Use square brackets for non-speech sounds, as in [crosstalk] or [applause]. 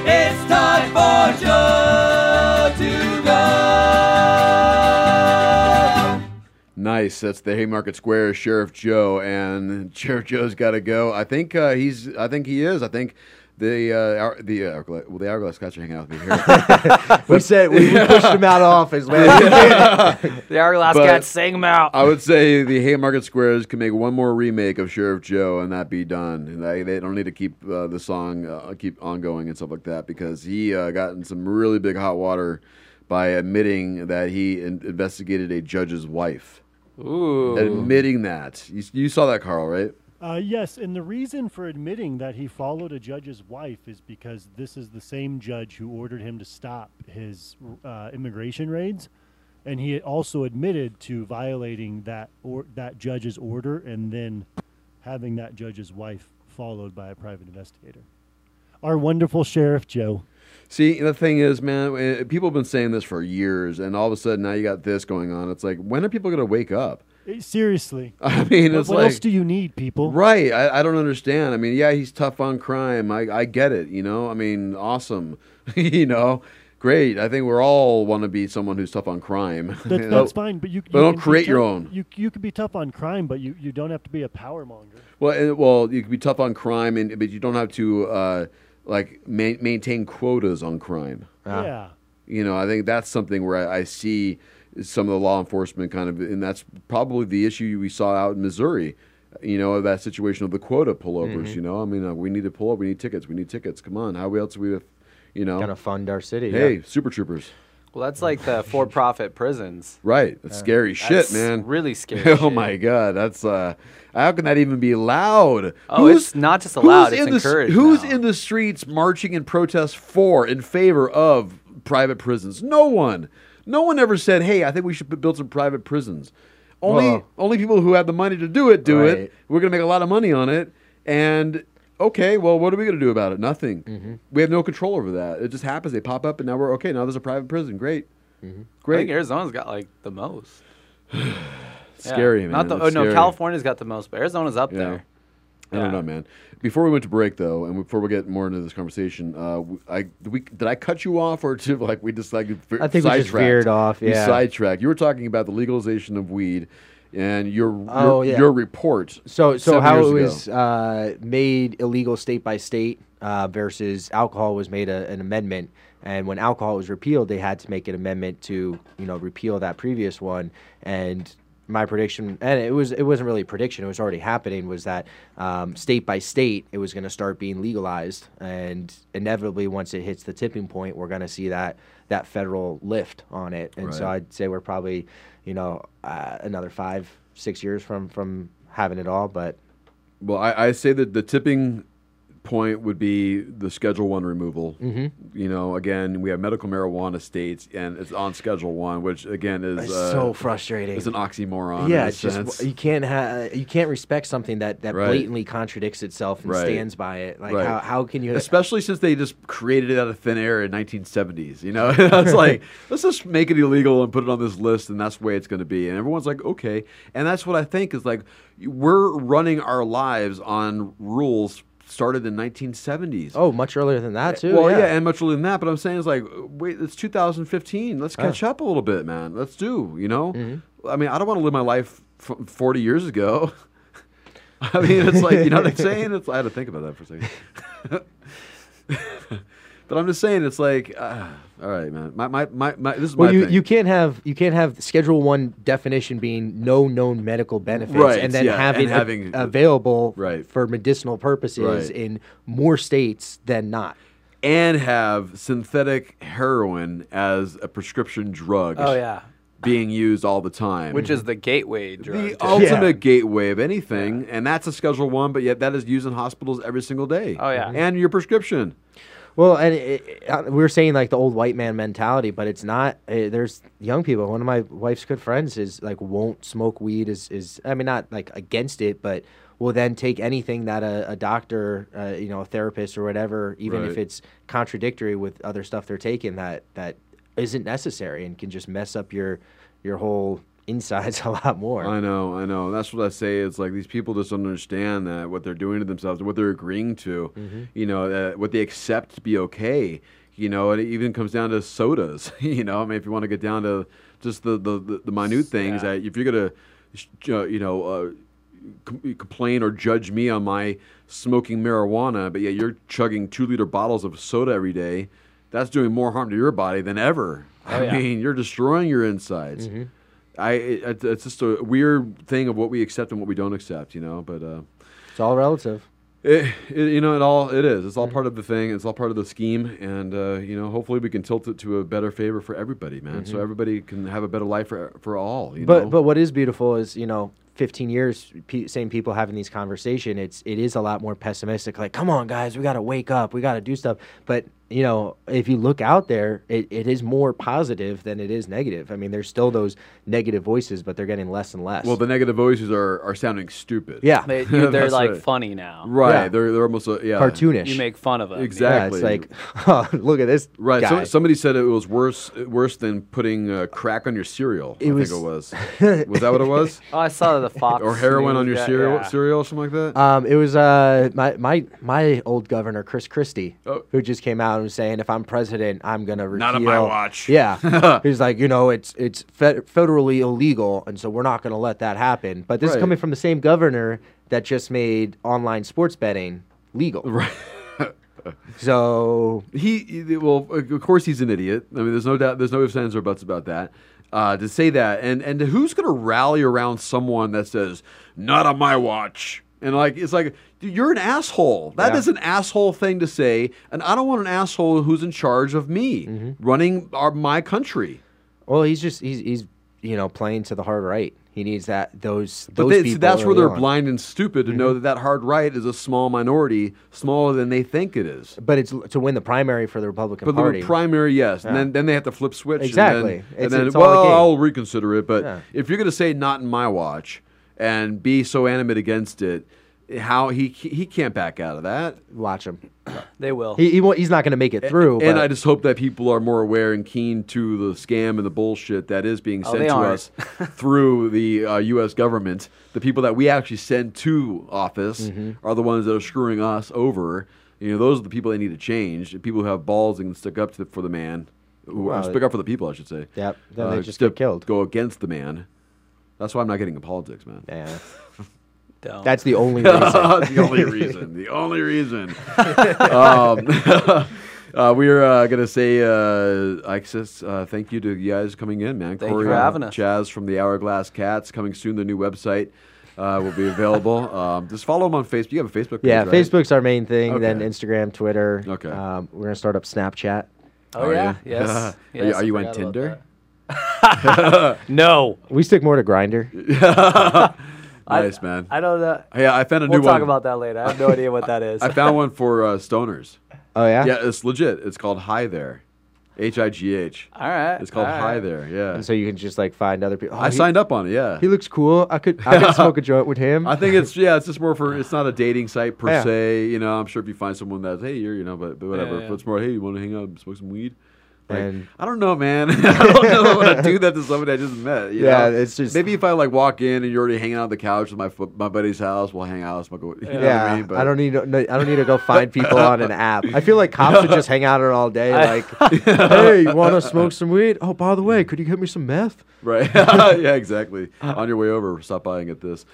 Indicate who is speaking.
Speaker 1: It's time for Joe to go.
Speaker 2: Nice. That's the Haymarket Square Sheriff Joe, and [laughs] Sheriff Joe's got to go. I think uh, he's. I think he is. I think the uh, our, the uh, hourglass- well, the hourglass guys are hanging out with me here.
Speaker 3: We said we, we pushed him out of office, man.
Speaker 4: The hourglass
Speaker 2: But-
Speaker 4: cat sang him out.
Speaker 2: I would say the Haymarket Squares can make one more remake of Sheriff Joe and that be done. And They, they don't need to keep uh, the song uh, keep ongoing and stuff like that because he uh, got in some really big hot water by admitting that he in- investigated a judge's wife.
Speaker 4: Ooh.
Speaker 2: Admitting that you, you saw that, Carl, right?
Speaker 5: Uh, yes, and the reason for admitting that he followed a judge's wife is because this is the same judge who ordered him to stop his uh, immigration raids, and he also admitted to violating that or that judge's order and then having that judge's wife followed by a private investigator. Our wonderful sheriff Joe.
Speaker 2: See, the thing is, man, eh, people have been saying this for years, and all of a sudden now you got this going on. It's like, when are people going to wake up? [laughs]
Speaker 5: Eh, Seriously,
Speaker 2: I mean,
Speaker 5: what,
Speaker 2: it's
Speaker 5: what
Speaker 2: like,
Speaker 5: else do you need, people?
Speaker 2: right? I, I don't understand. I mean, yeah, he's tough on crime. I, I get it. You know, I mean, awesome. [laughs] you know, great. I think we're all want to be someone who's tough on crime. [laughs]
Speaker 5: That,
Speaker 2: You know?
Speaker 5: that's fine, but you,
Speaker 2: but
Speaker 5: you
Speaker 2: don't
Speaker 5: can be
Speaker 2: create your
Speaker 5: tough-
Speaker 2: own.
Speaker 5: You you could be tough on crime, but you, you don't have to be a power monger.
Speaker 2: Well, eh, well, you can be tough on crime, and but you don't have to uh, like ma- maintain quotas on crime.
Speaker 5: Yeah.
Speaker 2: You know, I think that's something where I, I see some of the law enforcement kind of, and that's probably the issue we saw out in Missouri. You know, that situation of the quota pullovers.
Speaker 3: Mm-hmm.
Speaker 2: You know, I mean, uh, we need to pull up. We need tickets. We need tickets. Come on, how else we, you know,
Speaker 3: Gonna fund our city.
Speaker 2: hey,
Speaker 3: yeah.
Speaker 2: super troopers.
Speaker 4: Well, that's like the for-profit prisons.
Speaker 2: Right, that's scary shit,
Speaker 4: That's
Speaker 2: man.
Speaker 4: Really scary.
Speaker 2: [laughs] oh
Speaker 4: shit.
Speaker 2: my god, that's uh, how can that even be allowed?
Speaker 4: Oh, it's not just allowed, it's
Speaker 2: in the s-
Speaker 4: encouraged
Speaker 2: who's
Speaker 4: now.
Speaker 2: in the streets marching in protest for in favor of private prisons? No one. No one ever said, "Hey, I think we should b- build some private prisons." Only
Speaker 3: Well-
Speaker 2: only people who have the money to do it do
Speaker 3: Right.
Speaker 2: it. We're going to make a lot of money on it and okay, well, what are we going to do about it? Nothing.
Speaker 4: Mm-hmm.
Speaker 2: We have no control over that. It just happens. They pop up and now we're okay. Now there's a private prison. Great.
Speaker 4: Mm-hmm. I think
Speaker 2: Great.
Speaker 4: Arizona's got like the most. Yeah.
Speaker 2: Scary, man.
Speaker 4: Not the,
Speaker 2: It's
Speaker 4: oh no,
Speaker 2: scary.
Speaker 4: California's got the most, but Arizona's up there.
Speaker 2: I don't
Speaker 4: Yeah.
Speaker 2: know, man. Before we went to break, though, and before we get more into this conversation, uh, w- I we, did I cut you off, or [laughs] did, like we just like v-
Speaker 3: I think we just
Speaker 2: sidetracked?
Speaker 3: veered off,
Speaker 2: You
Speaker 3: yeah.
Speaker 2: sidetracked. You were talking about the legalization of weed, and your
Speaker 3: Oh,
Speaker 2: your,
Speaker 3: yeah.
Speaker 2: your report.
Speaker 3: So, so
Speaker 2: seven
Speaker 3: how
Speaker 2: years
Speaker 3: it
Speaker 2: ago.
Speaker 3: was uh, made illegal state by state uh, versus alcohol was made a, an amendment, and when alcohol was repealed, they had to make an amendment to you know repeal that previous one. And my prediction, and it was it wasn't really a prediction; it was already happening. Was that um, state by state, it was going to start being legalized, and inevitably, once it hits the tipping point, we're going to see that that federal lift on it. And so
Speaker 2: Right.
Speaker 3: I'd say we're probably you know uh, another five six years from from having it all but
Speaker 2: Well, I, I say that the tipping point would be the Schedule One removal. Mm-hmm. You know, again, we have medical marijuana states, and it's on Schedule One, which again is
Speaker 3: it's
Speaker 2: uh,
Speaker 3: so frustrating
Speaker 2: It's an oxymoron. in
Speaker 3: yeah
Speaker 2: a
Speaker 3: it's just
Speaker 2: sense.
Speaker 3: you can't have you can't respect something that that
Speaker 2: Right.
Speaker 3: blatantly contradicts itself and
Speaker 2: Right.
Speaker 3: stands by it like
Speaker 2: Right.
Speaker 3: how, how can you
Speaker 2: [laughs] especially since they just created it out of thin air in 1970s. You know, [laughs] it's like let's just make it illegal and put it on this list, and that's the way it's going to be. And everyone's like, okay. And that's what I think is like we're running our lives on rules started in 1970s.
Speaker 3: oh much earlier than that too
Speaker 2: Well, yeah.
Speaker 3: yeah
Speaker 2: and much earlier than that. But I'm saying it's like, wait, it's 2015. Let's catch up a little bit, man. Let's do, you know? I mean, I don't want to live my life f- 40 years ago. [laughs] I mean, it's like, you know what I'm saying? It's, I had to think about that for a second. [laughs] but I'm just saying, it's like, uh, all right, man. My, my, my, my this is
Speaker 3: well,
Speaker 2: my
Speaker 3: you,
Speaker 2: thing.
Speaker 3: you can't have you can't have Schedule One definition being no known medical benefits,
Speaker 2: Right,
Speaker 3: and then
Speaker 2: yeah,
Speaker 3: have
Speaker 2: and
Speaker 3: it a-
Speaker 2: having-
Speaker 3: available
Speaker 2: Right.
Speaker 3: for medicinal purposes
Speaker 2: Right.
Speaker 3: in more states than not.
Speaker 2: and have synthetic heroin as a prescription drug
Speaker 4: Oh yeah,
Speaker 2: being used all the time.
Speaker 4: which is the gateway drug.
Speaker 2: the oh,
Speaker 4: to-
Speaker 2: ultimate gateway of anything, and that's a Schedule One, but yet that is used in hospitals every single day.
Speaker 4: Oh, yeah. Mhm.
Speaker 2: and your prescription.
Speaker 3: Well, and it, it, uh, we were saying like the old white man mentality, but it's not. Uh, there's young people. One of my wife's good friends is like won't smoke weed. Is is I mean not like against it, but will then take anything that a, a doctor, uh, you know, a therapist or whatever, even if
Speaker 2: Right.
Speaker 3: it's contradictory with other stuff they're taking that that isn't necessary and can just mess up your your whole insides [laughs] a lot more.
Speaker 2: I know, I know. That's what I say. It's like these people just don't understand that what they're doing to themselves, and what they're agreeing to, you know, that what they accept to be okay. You know, and it even comes down to sodas. [laughs] You know, I mean, if you want to get down to just the the, the, the minute things
Speaker 4: Yeah.
Speaker 2: that if you're gonna, sh- uh, you know, uh, com- complain or judge me on my smoking marijuana, but yet you're chugging two liter bottles of soda every day. That's doing more harm to your body than ever. I
Speaker 4: Oh, yeah. Mm-hmm.
Speaker 2: mean, you're destroying your insides. I it, it's- it's just a weird thing of what we accept and what we don't accept, you know. But uh,
Speaker 3: It's all relative.
Speaker 2: it, it you know it all it is. It's
Speaker 4: Mm-hmm.
Speaker 2: all part of the thing. It's all part of the scheme, and uh, you know hopefully we can tilt it to a better favor for everybody, man.
Speaker 4: Mm-hmm.
Speaker 2: So everybody can have a better life for for all. You
Speaker 3: But
Speaker 2: know?
Speaker 3: but what is beautiful is you know. 15 years pe- same people having these conversation it's it is a lot more pessimistic like come on guys we got to wake up we got to do stuff but you know if you look out there it, it is more positive than it is negative i mean there's still those negative voices but they're getting less and less
Speaker 2: well, the negative voices are are sounding stupid.
Speaker 3: yeah
Speaker 4: They,
Speaker 2: [laughs]
Speaker 4: they're
Speaker 2: That's
Speaker 4: like
Speaker 2: right.
Speaker 4: funny now.
Speaker 2: right.
Speaker 3: Yeah.
Speaker 2: They're they're almost uh, yeah
Speaker 3: cartoonish
Speaker 4: You make fun of them.
Speaker 2: Exact- exactly.
Speaker 3: yeah, it's like [laughs] oh, look at this
Speaker 2: Right.
Speaker 3: guy.
Speaker 2: So, somebody said it was worse worse than putting uh, crack on your cereal. I
Speaker 3: was-
Speaker 2: think it
Speaker 3: [laughs]
Speaker 2: was. was that what it was?
Speaker 4: Oh, I saw
Speaker 2: [laughs]
Speaker 4: the Fox.
Speaker 2: Or heroin on
Speaker 4: News
Speaker 2: your
Speaker 4: guy-
Speaker 2: cereal,
Speaker 4: yeah.
Speaker 2: cereal or something like that.
Speaker 3: Um, it was uh, my my my old governor Chris Christie
Speaker 2: Oh.
Speaker 3: who just came out and was saying, if I'm president, I'm gonna repeal.
Speaker 2: Not on my watch.
Speaker 3: Yeah,
Speaker 2: [laughs]
Speaker 3: he's like, you know, it's it's fed- federally illegal, and so we're not gonna let that happen. But this
Speaker 2: Right.
Speaker 3: is coming from the same governor that just made online sports betting legal.
Speaker 2: right.
Speaker 3: So
Speaker 2: he he- well of course he's an idiot i mean there's no doubt there's no ifs ands or buts about that uh, to say that and and who's going to rally around someone that says not on my watch and like it's like dude, you're an asshole That is
Speaker 3: Yeah.
Speaker 2: an asshole thing to say and i don't want an asshole who's in charge of me
Speaker 3: Mm-hmm.
Speaker 2: running our, my country
Speaker 3: well, he's just he's he's you know playing to the hard right. He needs that those
Speaker 2: But
Speaker 3: those
Speaker 2: they, see,
Speaker 3: people.
Speaker 2: that's where
Speaker 3: early
Speaker 2: they're
Speaker 3: on.
Speaker 2: blind and stupid to
Speaker 3: Mm-hmm.
Speaker 2: know that that hard right is a small minority, smaller than they think it is.
Speaker 3: But it's l- to win the primary for the Republican
Speaker 2: But
Speaker 3: Party.
Speaker 2: the primary, yes, and then, then they have to flip switch.
Speaker 3: Exactly.
Speaker 2: and then,
Speaker 3: It's-
Speaker 2: and then
Speaker 3: it's all a
Speaker 2: well,
Speaker 3: game.
Speaker 2: I'll reconsider it. But
Speaker 3: Yeah.
Speaker 2: if you're going to say not in my watch and be so animate against it, how he he can't back out of that.
Speaker 3: Watch him.
Speaker 4: They will.
Speaker 3: He, he won't, he's not gonna make it through.
Speaker 2: and
Speaker 3: but-
Speaker 2: I just hope that people are more aware and keen to the scam and the bullshit that is being
Speaker 4: Oh,
Speaker 2: sent
Speaker 4: they
Speaker 2: to
Speaker 4: aren't.
Speaker 2: us through the uh, U.S. government. The people that we actually send to office
Speaker 3: Mm-hmm.
Speaker 2: are the ones that are screwing us over. You know, those are the people that need to change. The People who have balls and stick up to the, for the man, who
Speaker 3: Well,
Speaker 2: uh, stick up for the people, I should say.
Speaker 3: Yep, then they just
Speaker 2: step-
Speaker 3: get killed.
Speaker 2: Go against the man. That's why I'm not getting into politics, man.
Speaker 3: Yeah.
Speaker 4: Don't.
Speaker 3: That's
Speaker 2: [laughs]
Speaker 3: the only reason.
Speaker 2: the only reason. The only reason. um, [laughs] uh, we are uh, gonna say, uh, Ixis, uh, thank you to you guys coming in, man.
Speaker 4: Thank you for having us.
Speaker 2: Chaz from the Hourglass Cats coming soon. The new website uh, will be
Speaker 4: [laughs]
Speaker 2: available. um, just follow them on Facebook. You have a Facebook page,
Speaker 3: yeah,
Speaker 2: right?
Speaker 3: Facebook's our main thing. Then
Speaker 2: Okay.
Speaker 3: Instagram, Twitter.
Speaker 2: Okay.
Speaker 3: Um, we're gonna start up Snapchat.
Speaker 4: oh
Speaker 2: Are
Speaker 4: yeah.
Speaker 2: you?
Speaker 4: Yes.
Speaker 2: [laughs] Are you-
Speaker 4: yes,
Speaker 2: are
Speaker 4: I
Speaker 2: you on
Speaker 4: forgot about
Speaker 2: Tinder?
Speaker 4: that. no.
Speaker 3: We stick more to Grinder.
Speaker 2: [laughs] Nice, man.
Speaker 4: I don't know.
Speaker 2: Hey, I found a
Speaker 4: We'll
Speaker 2: new
Speaker 4: talk
Speaker 2: one.
Speaker 4: about that later. I have no idea what that is.
Speaker 2: [laughs] I found one for uh, stoners.
Speaker 3: Oh yeah.
Speaker 2: Yeah, it's legit. It's called Hi There, H I G H.
Speaker 4: all right.
Speaker 2: It's called
Speaker 4: all right.
Speaker 2: Hi There. Yeah,
Speaker 3: And so you can just like find other people. Oh,
Speaker 2: I
Speaker 3: he,
Speaker 2: signed up on it. Yeah,
Speaker 3: He looks cool. I could I
Speaker 2: [laughs]
Speaker 3: could smoke a joint with him.
Speaker 2: I think it's yeah, it's just more for it's not a dating site per
Speaker 3: Yeah.
Speaker 2: se. You know, I'm sure if you find someone that's hey, you're you know, but, but whatever.
Speaker 4: Yeah, yeah.
Speaker 2: But it's more hey, you want to hang out, and smoke some weed. Like,
Speaker 3: And-
Speaker 2: I don't know, man. [laughs] I don't know if I want to do that to somebody I just met. you
Speaker 3: Yeah,
Speaker 2: know?
Speaker 3: it's just-
Speaker 2: maybe if I like walk in and you're already hanging out on the couch at my fo- my buddy's house, we'll hang out, smoke. a- [laughs] You know what
Speaker 3: yeah,
Speaker 2: I mean? But [laughs]
Speaker 3: don't need to, no, I don't need to go find people on an app. I feel like cops would just hang out on
Speaker 2: [laughs]
Speaker 3: all day. Like, hey, you want to smoke some weed? Oh, by the way, could you get me some meth?
Speaker 2: [laughs]
Speaker 3: [laughs]
Speaker 2: Right. yeah, exactly. On your way over, stop by and get this.